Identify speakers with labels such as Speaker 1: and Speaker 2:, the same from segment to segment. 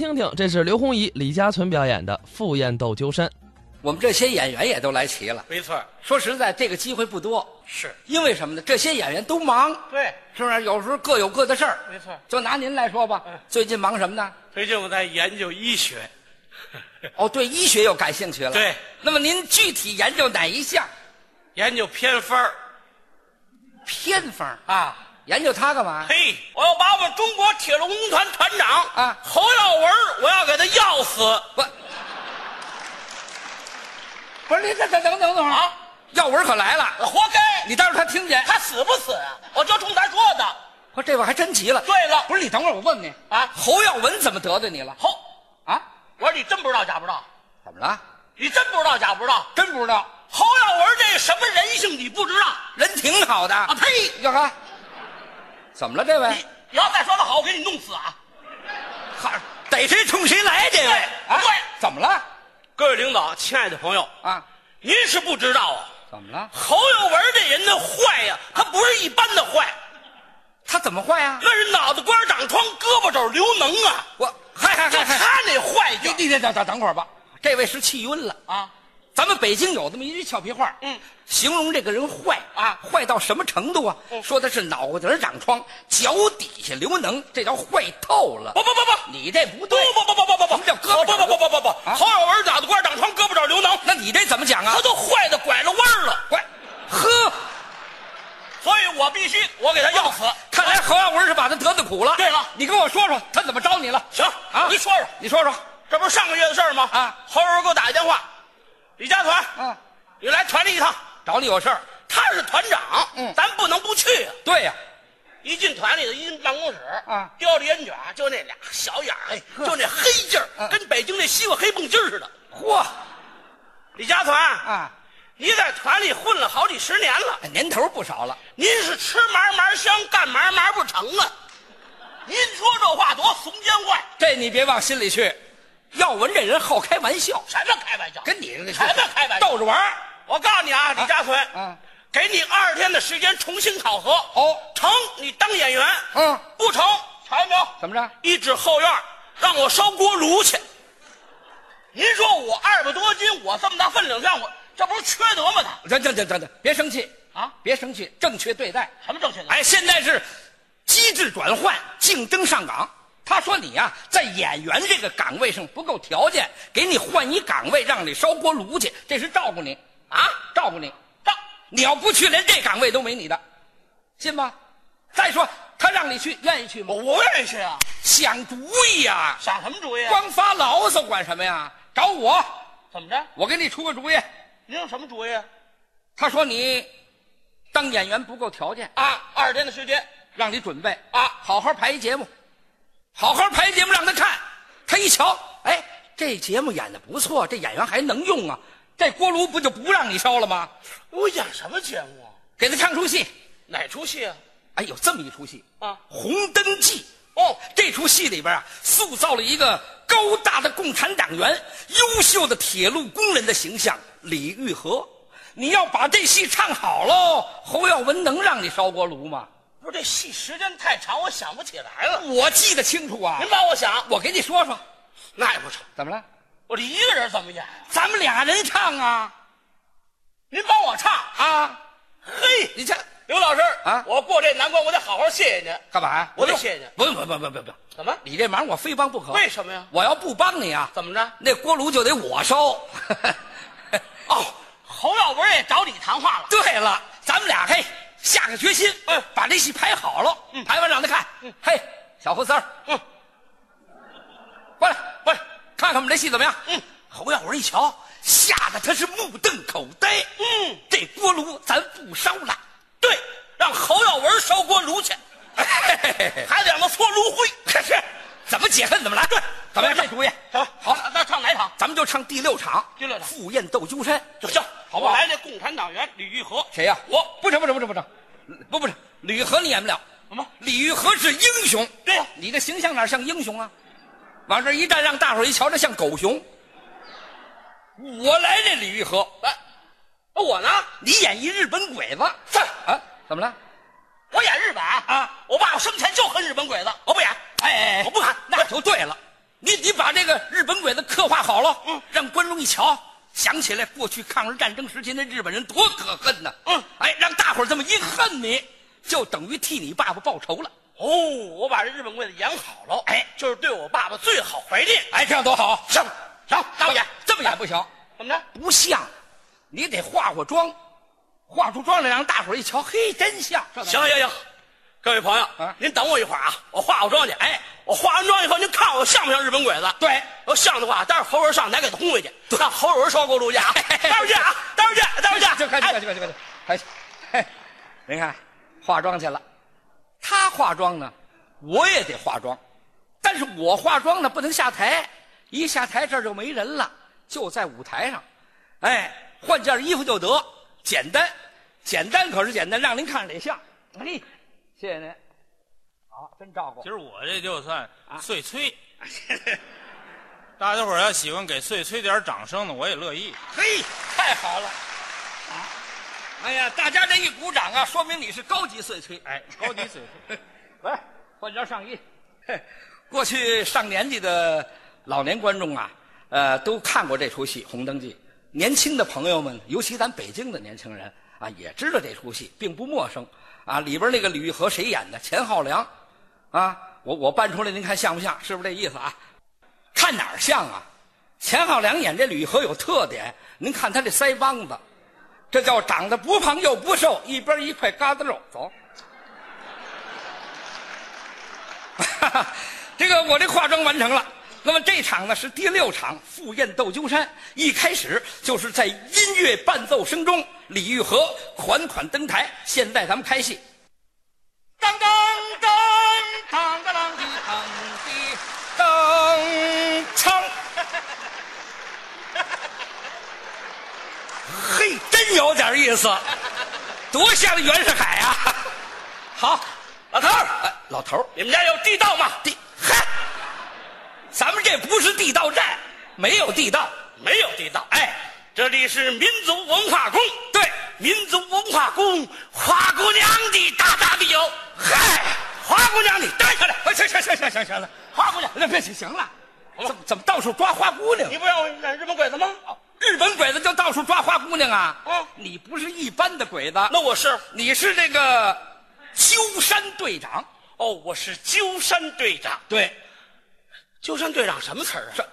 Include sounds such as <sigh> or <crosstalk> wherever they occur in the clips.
Speaker 1: 听听，这是刘洪怡、李家存表演的《赴宴斗鸠山》。
Speaker 2: 我们这些演员也都来齐了。
Speaker 3: 没错，
Speaker 2: 说实在，这个机会不多，
Speaker 3: 是
Speaker 2: 因为什么呢？这些演员都忙，
Speaker 3: 对，
Speaker 2: 是不是？有时候各有各的事儿。
Speaker 3: 没错
Speaker 2: 就拿您来说吧
Speaker 3: 嗯，
Speaker 2: 最近忙什么呢？
Speaker 3: 最近我在研究医学，
Speaker 2: 哦，对医学又感兴趣了。
Speaker 3: 对。
Speaker 2: 那么您具体研究哪一项
Speaker 3: 研究偏方儿
Speaker 2: 偏方儿？
Speaker 3: 啊。
Speaker 2: 研究它干嘛？
Speaker 3: 嘿，我要把我们中国铁路工团团长
Speaker 2: 啊
Speaker 3: 侯耀文儿，我要给他药死。
Speaker 2: 不，不是您这这等等等
Speaker 3: 啊！
Speaker 2: 耀文可来
Speaker 3: 我
Speaker 2: 了，
Speaker 3: 活该！
Speaker 2: 你待会儿他听见，
Speaker 3: 他死不死啊？我就冲他说的。
Speaker 2: 我这我还真急了。
Speaker 3: 对了，
Speaker 2: 不是你等会儿，我问你
Speaker 3: 啊
Speaker 2: 侯耀文怎么得罪你了？
Speaker 3: 侯，
Speaker 2: 啊，
Speaker 3: 我说你真不知道假不知道？
Speaker 2: 怎么了？
Speaker 3: 你真不知道假不知道？
Speaker 2: 真不知道，
Speaker 3: 侯耀文这什么人性你不知道
Speaker 2: 人挺好的。
Speaker 3: 啊？呸！
Speaker 2: 哟呵，怎么了这位？
Speaker 3: 你你要再说他好，我给你弄死啊！
Speaker 2: 哈逮谁冲谁来，这位啊
Speaker 3: 对，
Speaker 2: 怎么了？
Speaker 3: 各位领导，亲爱的朋友，
Speaker 2: 啊，
Speaker 3: 您是不知道啊，
Speaker 2: 怎么了？
Speaker 3: 侯耀文这人的坏呀、
Speaker 2: 啊
Speaker 3: 他不是一般的坏，
Speaker 2: 他怎么坏啊？
Speaker 3: 那是脑袋瓜长疮，胳膊肘流脓啊！
Speaker 2: 我嗨嗨
Speaker 3: 就
Speaker 2: 嗨嗨！
Speaker 3: 他那坏劲
Speaker 2: 你你你等等等会儿吧，这位是气晕了。
Speaker 3: 啊！
Speaker 2: 咱们北京有这么一句俏皮话，
Speaker 3: 嗯，
Speaker 2: 形容这个人坏
Speaker 3: 啊
Speaker 2: 坏到什么程度啊？
Speaker 3: 嗯
Speaker 2: 说他是脑袋儿长疮，脚底下流脓，这叫坏透了
Speaker 3: 不。不不不
Speaker 2: 你这哦不
Speaker 3: 不
Speaker 2: 对，
Speaker 3: 不不不不不
Speaker 2: 什么叫胳膊
Speaker 3: 不
Speaker 2: 肘
Speaker 3: 不不不不不！
Speaker 2: 啊
Speaker 3: 侯耀文脑袋瓜长疮，胳膊肘流脓，
Speaker 2: 那你这怎么讲啊
Speaker 3: 他？都坏的拐了弯儿了，
Speaker 2: 坏，呵，
Speaker 3: 所以我必须我给他要死。
Speaker 2: 看来侯耀文是把他得罪苦了。
Speaker 3: 对了
Speaker 2: 你跟我说说他怎么招你了？
Speaker 3: 行
Speaker 2: 啊
Speaker 3: 您说说，
Speaker 2: 你说说
Speaker 3: 这不是上个月的事儿吗？
Speaker 2: 啊，
Speaker 3: 侯耀文给我打一电话，李家团，
Speaker 2: 嗯，
Speaker 3: 你来团里一趟，
Speaker 2: 找你有事儿？
Speaker 3: 他是团长，
Speaker 2: 嗯
Speaker 3: 咱不能不去啊。
Speaker 2: 对呀、
Speaker 3: 一进团里头，一进办公室
Speaker 2: 啊
Speaker 3: 叼着烟卷儿，就那俩小眼儿，嘿，就那黑劲儿，
Speaker 2: 嗯
Speaker 3: 跟北京那西瓜黑蹦筋儿似的。
Speaker 2: 嚯
Speaker 3: 李家团，
Speaker 2: 啊，
Speaker 3: 你在团里混了好几十年了，
Speaker 2: 年头不少了。
Speaker 3: 您是吃嘛嘛香，干嘛嘛不成啊？您说这话多怂奸坏，
Speaker 2: 这你别往心里去。耀文这人好开玩笑，
Speaker 3: 什么开玩笑？
Speaker 2: 跟你这个
Speaker 3: 什么开玩笑？
Speaker 2: 逗着玩儿
Speaker 3: 我告诉你啊，李家存，
Speaker 2: 嗯
Speaker 3: 给你二十天的时间重新考核。
Speaker 2: 哦
Speaker 3: 成，你当演员。
Speaker 2: 嗯，
Speaker 3: 不成，瞧见没有？
Speaker 2: 怎么着？
Speaker 3: 一指后院，让我烧锅炉去。您说我二百多斤，我这么大分量，让我这不是缺德吗？他
Speaker 2: 等等等等等，别生气
Speaker 3: 啊
Speaker 2: 别生气，正确对待。
Speaker 3: 什么正确的？
Speaker 2: 哎，现在是机制转换，竞争上岗。他说你呀、在演员这个岗位上不够条件，给你换一岗位，让你烧锅炉去，这是照顾你啊，照顾你。
Speaker 3: 当
Speaker 2: 你要不去，连这岗位都没你的，信吗？再说他让你去，愿意去吗
Speaker 3: 我？我愿意去啊，
Speaker 2: 想主意呀、
Speaker 3: 想什么主意啊？
Speaker 2: 光发牢骚管什么呀？找我，
Speaker 3: 怎么着？
Speaker 2: 我给你出个主意。
Speaker 3: 您有什么主意啊？
Speaker 2: 他说你当演员不够条件，
Speaker 3: 啊，二十天的时间，
Speaker 2: 让你准备
Speaker 3: 啊
Speaker 2: 好好排一节目，好好排一节目让他看。他一瞧，哎，这节目演的不错，这演员还能用啊。这锅炉不就不让你烧了吗？
Speaker 3: 我演什么节目啊？
Speaker 2: 给他唱出戏。
Speaker 3: 哪出戏啊？
Speaker 2: 哎，有这么一出戏
Speaker 3: 啊
Speaker 2: 《红灯记》。
Speaker 3: 哦，
Speaker 2: 这出戏里边啊，塑造了一个高大的共产党员、优秀的铁路工人的形象——李玉和。你要把这戏唱好喽，侯耀文能让你烧锅炉吗？
Speaker 3: 不是这戏时间太长，我想不起来了。
Speaker 2: 我记得清楚啊
Speaker 3: 您，帮我想，
Speaker 2: 我给你说说，
Speaker 3: 那也不成，
Speaker 2: 怎么了？
Speaker 3: 我这一个人怎么演？啊
Speaker 2: 咱们俩人唱啊
Speaker 3: 您帮我唱，
Speaker 2: 啊！
Speaker 3: 嘿，
Speaker 2: 你这
Speaker 3: 刘老师
Speaker 2: 啊
Speaker 3: 我过这难关，我得好好谢谢您。
Speaker 2: 干嘛呀？
Speaker 3: 我得谢谢
Speaker 2: 不用不不不不不，
Speaker 3: 怎么？
Speaker 2: 你这忙我非帮不可。
Speaker 3: 为什么呀
Speaker 2: 我要不帮你啊，
Speaker 3: 怎么着？
Speaker 2: 那锅炉就得我烧。
Speaker 3: <laughs> 哦，侯耀文也找你谈话了。
Speaker 2: 对了，咱们俩嘿下个决心，哎
Speaker 3: 嗯
Speaker 2: 把这戏排好了，
Speaker 3: 嗯
Speaker 2: 排完让他看，嘿，小胡三儿，
Speaker 3: 嗯，
Speaker 2: 过来过来，看看我们这戏怎么样？
Speaker 3: 嗯，
Speaker 2: 侯耀文一瞧，吓得他是目瞪口呆。
Speaker 3: 嗯，
Speaker 2: 这锅炉咱不烧了，
Speaker 3: 对，让侯耀文烧锅炉去，还得让他搓炉灰。
Speaker 2: 是，怎么解恨怎么来。对，怎么样？这主意
Speaker 3: 行，
Speaker 2: 好，
Speaker 3: 那那唱哪场？
Speaker 2: 咱们就唱第六场，
Speaker 3: 第六场
Speaker 2: 赴宴斗鸠山，
Speaker 3: 就行，
Speaker 2: 好不好
Speaker 3: 我来这共产党员李玉和，
Speaker 2: 谁呀、
Speaker 3: 我
Speaker 2: 不成不成不成不成，不不是李玉和你演不了。
Speaker 3: 什么？
Speaker 2: 李玉和是英雄，
Speaker 3: 对呀
Speaker 2: 你这形象哪像英雄啊？往这一站，让大伙儿一瞧，这像狗熊。我来这李玉和，
Speaker 3: 哎，那我呢？
Speaker 2: 你演一日本鬼子，这啊？怎么了？
Speaker 3: 我演日本啊
Speaker 2: 啊！
Speaker 3: 我爸我生前就恨日本鬼子，我不演。
Speaker 2: 哎哎哎，
Speaker 3: 我不喊
Speaker 2: 那就对了。你你把这个日本鬼子刻画好了，
Speaker 3: 嗯
Speaker 2: 让观众一瞧，想起来过去抗日战争时期那日本人多可恨呐，
Speaker 3: 嗯，
Speaker 2: 哎，让大伙儿这么一恨你，就等于替你爸爸报仇了，
Speaker 3: 哦，我把这日本鬼子演好了，
Speaker 2: 哎
Speaker 3: 就是对我爸爸最好怀念。
Speaker 2: 哎，这样多好，
Speaker 3: 上上，大演
Speaker 2: 这么演不行，
Speaker 3: 怎么着？
Speaker 2: 不像，你得化化妆，化出妆来让大伙儿一瞧，嘿，真像，
Speaker 3: 行行行，各位朋友，
Speaker 2: 啊
Speaker 3: 您等我一会儿啊，我化好妆去。哎，我化完妆以后，您看我像不像日本鬼子？
Speaker 2: 对
Speaker 3: 要像的话，待会儿侯文上，咱给他轰回去，让侯文烧锅炉去啊！待会儿见啊，待会儿见，待会儿见。
Speaker 2: 就快去哎快去快去快去，快去！嘿，您看，化妆去了。他化妆呢，我也得化妆，但是我化妆呢不能下台，一下台这儿就没人了，就在舞台上，哎，换件衣服就得，简单，简单可是简单，让您看着得像。哎，谢谢您，好，真照顾
Speaker 4: 今。儿我这就算碎催，大家伙儿要喜欢给碎催点儿掌声呢，我也乐意。
Speaker 2: 嘿，太好了，啊，哎呀，大家这一鼓掌啊，说明你是高级碎催。 <laughs>
Speaker 4: 哎，高级碎催，
Speaker 2: 来，换件上衣。嘿过去上年纪的老年观众啊，呃，都看过这出戏《红灯记》。年轻的朋友们，尤其咱北京的年轻人啊，也知道这出戏，并不陌生啊。里边那个吕玉和谁演的？钱浩良，啊，我我搬出来，您看像不像？是不是这意思啊？看哪儿像啊？钱浩良演这吕和有特点，您看他这腮帮子，这叫长得不胖又不瘦，一边一块疙瘩肉。走， <laughs> 这个我这化妆完成了。那么这场呢是第六场《赴宴斗鸠山》，一开始就是在音乐伴奏声中，李玉和款款登台。现在咱们开戏。当当当当当当的当的当锵！嘿，真有点意思，多像袁世凯啊！好，老头儿，哎老头儿，
Speaker 3: 你们家有地道吗？
Speaker 2: 地，嗨，咱们这不是地道战，没有地道，
Speaker 3: 没有地道。
Speaker 2: 哎，
Speaker 3: 这里是民族文化宫，
Speaker 2: 对，
Speaker 3: 民族文化宫，花姑娘的大大的有。嗨，花姑娘你站下来，
Speaker 2: 哎，行行行行行行了，
Speaker 3: 花姑娘，
Speaker 2: 那别行行了，怎么怎么到处抓花姑娘
Speaker 3: 你？不让我演日本鬼子吗？
Speaker 2: 日本鬼子就到处抓花姑娘啊！
Speaker 3: 嗯
Speaker 2: 你不是一般的鬼子，
Speaker 3: 那我是
Speaker 2: 你是这个鸠山队长。
Speaker 3: 哦，我是鸠山队长。
Speaker 2: 对，
Speaker 3: 鸠山队长什么词儿啊？
Speaker 2: 这，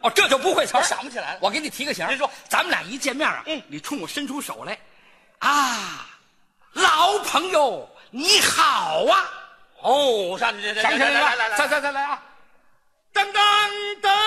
Speaker 2: 哦，这就不会词儿，
Speaker 3: 我想不起来了
Speaker 2: 我给你提个醒儿，
Speaker 3: 您说
Speaker 2: 咱们俩一见面啊，
Speaker 3: 嗯
Speaker 2: 你冲我伸出手来，啊，老朋友你好啊，
Speaker 3: 哦，我上去，这这
Speaker 2: 想
Speaker 3: 来
Speaker 2: 不想
Speaker 3: 来来来来，
Speaker 2: 再再再来啊！当当当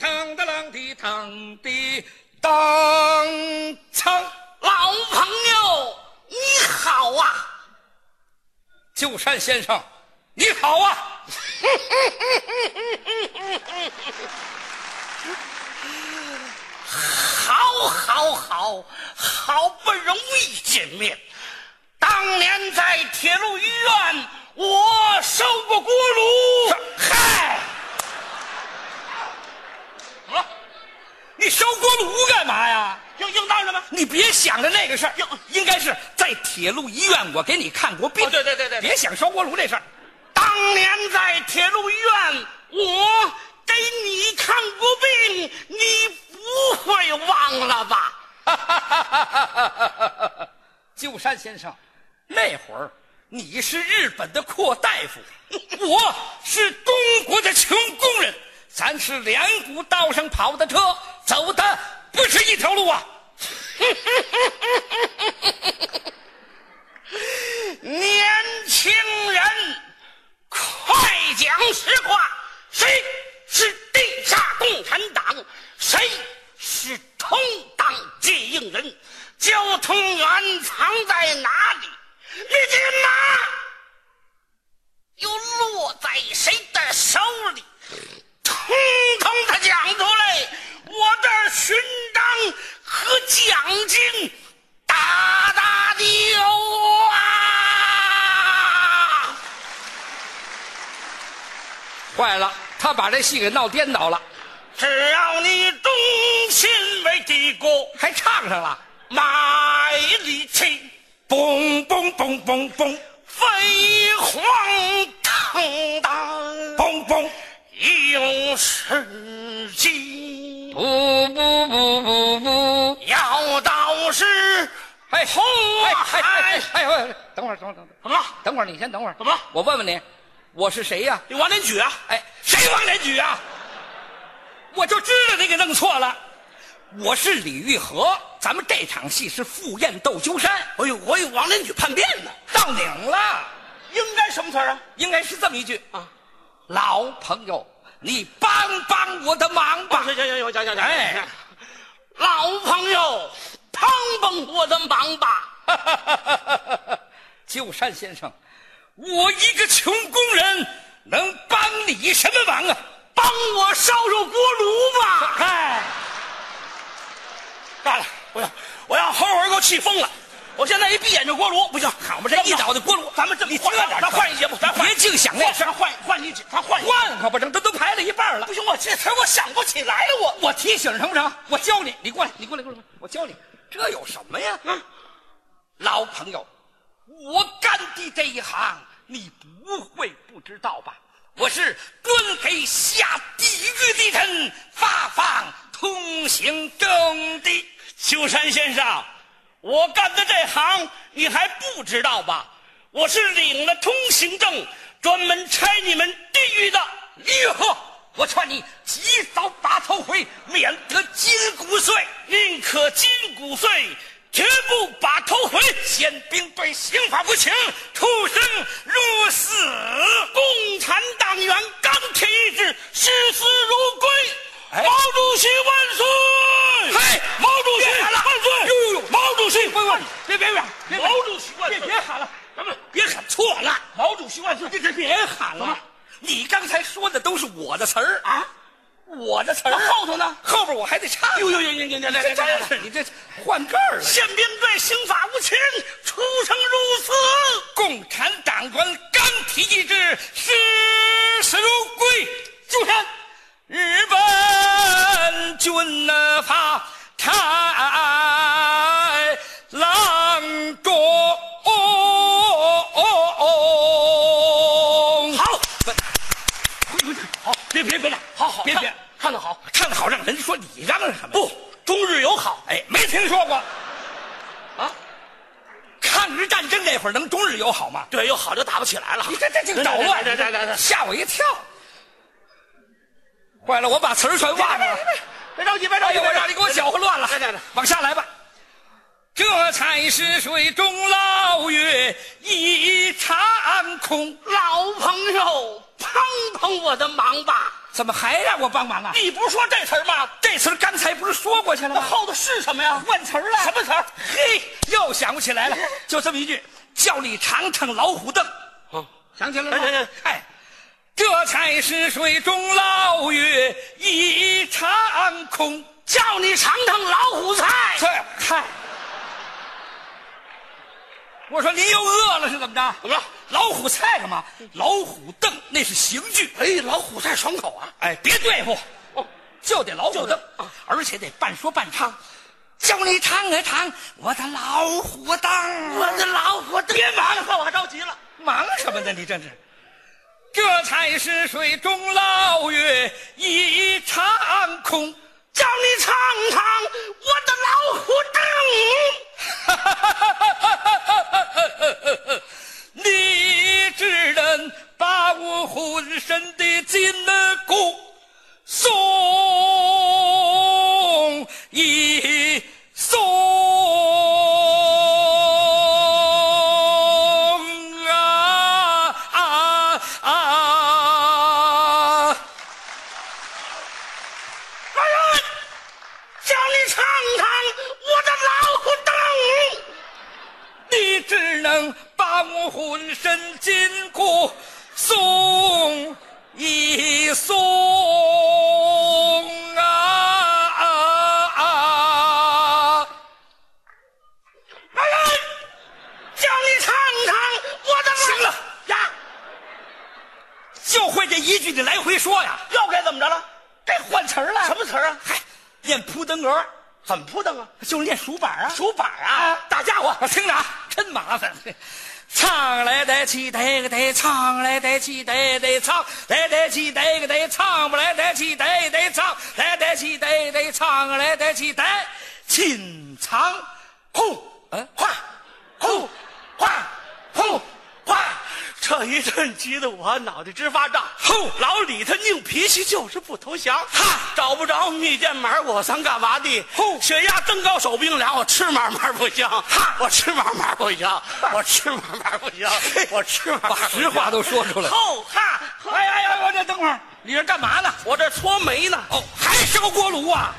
Speaker 2: 当当当的当的当锵，
Speaker 3: 老朋友你好啊！
Speaker 2: 鸠山先生，你好啊！
Speaker 3: 好，好，好，好不容易见面。当年在铁路医院，我烧过锅炉。嗨，怎么了？
Speaker 2: 你烧锅炉干嘛呀？
Speaker 3: 应应当什么？
Speaker 2: 你别想着那个事儿
Speaker 3: 哟，
Speaker 2: 应该是在铁路医院，我给你看过病。
Speaker 3: 哦对对对对
Speaker 2: 别想烧锅炉这事儿。
Speaker 3: 当年在铁路医院，我给你看过病，你不会忘了吧？
Speaker 2: 鸠山先生，那会儿你是日本的阔大夫，我是中国的穷工人，咱是两股道上跑的车，走的不是一条路啊！
Speaker 3: 年轻人，快讲实话，谁是地下共产党，谁是同党接应人？交通员藏在哪里？你的马又落在谁的手里？通通的讲出来，我这勋章和奖金大大的有啊！
Speaker 2: 坏了，他把这戏给闹颠倒了，
Speaker 3: 只要你忠心为帝国，
Speaker 2: 还唱上了。
Speaker 3: 卖力气，
Speaker 2: 嘣嘣嘣嘣嘣
Speaker 3: 飞黄腾达，
Speaker 2: 嘣嘣，
Speaker 3: 用时机，
Speaker 2: 不不不不不，
Speaker 3: 要到是
Speaker 2: 哎
Speaker 3: 红
Speaker 2: 哎哎
Speaker 3: 海。
Speaker 2: 哎哎哎，等会儿，等会儿，等会儿，
Speaker 3: 怎么了？
Speaker 2: 等会儿，你先等会儿。
Speaker 3: 怎么了
Speaker 2: 我问问你，我是谁呀？
Speaker 3: 你往哪举啊？
Speaker 2: 哎，谁往哪举啊？我就知道你给弄错了，我是李玉和，咱们这场戏是赴宴斗鸠山，
Speaker 3: 哎呦，我以为往哪举叛变呢？
Speaker 2: 到顶了，
Speaker 3: 应该什么词儿啊？
Speaker 2: 应该是这么一句
Speaker 3: 啊，
Speaker 2: 老朋友，你帮帮我的忙吧
Speaker 3: 行。行行行行行，
Speaker 2: 哎
Speaker 3: 哎，老朋友，帮帮我的忙吧。
Speaker 2: <laughs> 鸠山先生，我一个穷工人能帮你什么忙啊？
Speaker 3: 帮我烧烧锅炉吧！
Speaker 2: 哎，
Speaker 3: 干了，不行，哎我要后边给我气疯了。我现在一闭眼就锅炉，不行，好嘛，这
Speaker 2: <laughs> 一脑袋锅炉，
Speaker 3: 咱们这么
Speaker 2: 你
Speaker 3: 换
Speaker 2: 这点
Speaker 3: 咱换一节目，咱换
Speaker 2: 别净想那事
Speaker 3: 咱
Speaker 2: 儿，
Speaker 3: 换换一节，咱换一节
Speaker 2: 换可不成，这都排了一半了
Speaker 3: 不。行，我这词儿我想不起来了，我
Speaker 2: 我提醒成不成？我教你，你过来，你过来，过来，过来我教你，这有什么呀？
Speaker 3: 啊
Speaker 2: 老朋友，我干的这一行，你不会不知道吧？我是专给下地狱的人发放通行证的。
Speaker 3: 秋山先生，我干的这行你还不知道吧？我是领了通行证，专门拆你们地狱的。
Speaker 2: 玉和，我劝你及早打头回，免得筋骨碎。
Speaker 3: 宁可筋骨碎，绝不把头回。
Speaker 2: 宪兵对刑法无情，畜生如死。
Speaker 3: 共产党员钢铁意志，视死如归。
Speaker 2: 哎
Speaker 3: 毛主席万岁！
Speaker 2: 嘿
Speaker 3: 毛主席
Speaker 2: 别喊了
Speaker 3: 万岁！
Speaker 2: 呦呦呦
Speaker 3: 毛主席万岁！
Speaker 2: 别别别！别
Speaker 3: 毛主席万岁！
Speaker 2: 别别喊了，
Speaker 3: 咱们别喊错了。毛主席万岁！
Speaker 2: 你这别喊了！你刚才说的都是我的词儿啊，
Speaker 3: 啊！
Speaker 2: 我的词儿。
Speaker 3: 那后头呢
Speaker 2: 后边我还得插。
Speaker 3: 呦呦呦呦呦！
Speaker 2: 这
Speaker 3: 来来来
Speaker 2: 真是
Speaker 3: 来！
Speaker 2: 你这换盖儿了。
Speaker 3: 宪兵对刑法无情，畜生如死。
Speaker 2: 共产党员钢铁意志，视死如归。就是日本军呐发豺狼中。
Speaker 3: 好，
Speaker 2: 好，别别别
Speaker 3: 好好，
Speaker 2: 别
Speaker 3: 唱
Speaker 2: 别
Speaker 3: 唱得好。
Speaker 2: 唱得好，让人说你嚷嚷什么？
Speaker 3: 不，中日友好。
Speaker 2: 哎，没听说过。啊，抗日战争那会儿能中日友好吗？
Speaker 3: 对，友好就打不起来了。
Speaker 2: 你这这这捣乱，
Speaker 3: 来来来来来
Speaker 2: 吓我一跳。坏了，我把词儿全忘了。
Speaker 3: 别着急，别着
Speaker 2: 哎
Speaker 3: 急，
Speaker 2: 呦，我让你给我搅和乱了
Speaker 3: 来来来。
Speaker 2: 往下来吧。这才是水中捞月一场空，
Speaker 3: 老朋友，帮帮我的忙吧。
Speaker 2: 怎么还让我帮忙啊？
Speaker 3: 你不是说这词儿吗？
Speaker 2: 这词儿刚才不是说过去了
Speaker 3: 那
Speaker 2: 吗？
Speaker 3: 后头是什么呀？
Speaker 2: 换词儿了。
Speaker 3: 什么词儿？
Speaker 2: 嘿，又想不起来了，就这么一句，叫你尝尝老虎凳。想起来
Speaker 3: 哎哎哎
Speaker 2: 哎，这才是水中捞月一场空。
Speaker 3: 叫你尝尝老虎菜。
Speaker 2: 这嗨，我说您又饿了是怎么着？
Speaker 3: 怎么了？
Speaker 2: 老虎菜干嘛？老虎凳那是刑具。
Speaker 3: 哎，老虎菜爽口啊！哦
Speaker 2: 哎，别对付，就得老虎凳，而且得半说半唱。叫你尝啊尝我的老虎凳，
Speaker 3: 我的老虎，别忙活，我着急了。
Speaker 2: 忙什么呢？你这是，这才是水中捞月一场空。
Speaker 3: 叫你尝尝我的老虎凳。
Speaker 2: 立志人把我浑身的筋的骨松一松啊啊啊！
Speaker 3: 哎呀，叫你尝尝我的老虎凳。
Speaker 2: 你只能把我浑身筋骨松一松啊啊啊！
Speaker 3: 哎呀，叫你尝尝我的老
Speaker 2: 行了
Speaker 3: 呀，
Speaker 2: 就会这一句，你来回说呀。
Speaker 3: 又该怎么着了？
Speaker 2: 这换词儿了，
Speaker 3: 什么词儿啊？
Speaker 2: 嗨，念扑腾格，
Speaker 3: 怎么扑腾啊？
Speaker 2: 就是念数板啊。
Speaker 3: 竹板啊！大家伙，
Speaker 2: 我听着啊，真麻烦。唱来得起得个得，唱来得起得得唱，来得起得个得唱，不来得起得得唱，来得起得得唱，来得起得锦藏
Speaker 3: 呼，
Speaker 2: 嗯
Speaker 3: 哗，呼，哗，呼，哗。这一阵急得我脑袋直发胀。
Speaker 2: 呼
Speaker 3: 老李他硬脾气就是不投降。
Speaker 2: 哈
Speaker 3: 找不着蜜饯丸，我咱干嘛的？
Speaker 2: 呼
Speaker 3: 血压增高手冰凉，我吃嘛嘛不行。哈，我吃嘛嘛不行，我吃嘛嘛不行，我吃嘛嘛不
Speaker 2: 把
Speaker 3: 行
Speaker 2: 实话都说出来了
Speaker 3: 吼哈，
Speaker 2: 哎哎哎，我这等会儿，你这干嘛呢？
Speaker 3: 我这搓煤呢。
Speaker 2: 哦，还是个锅炉啊！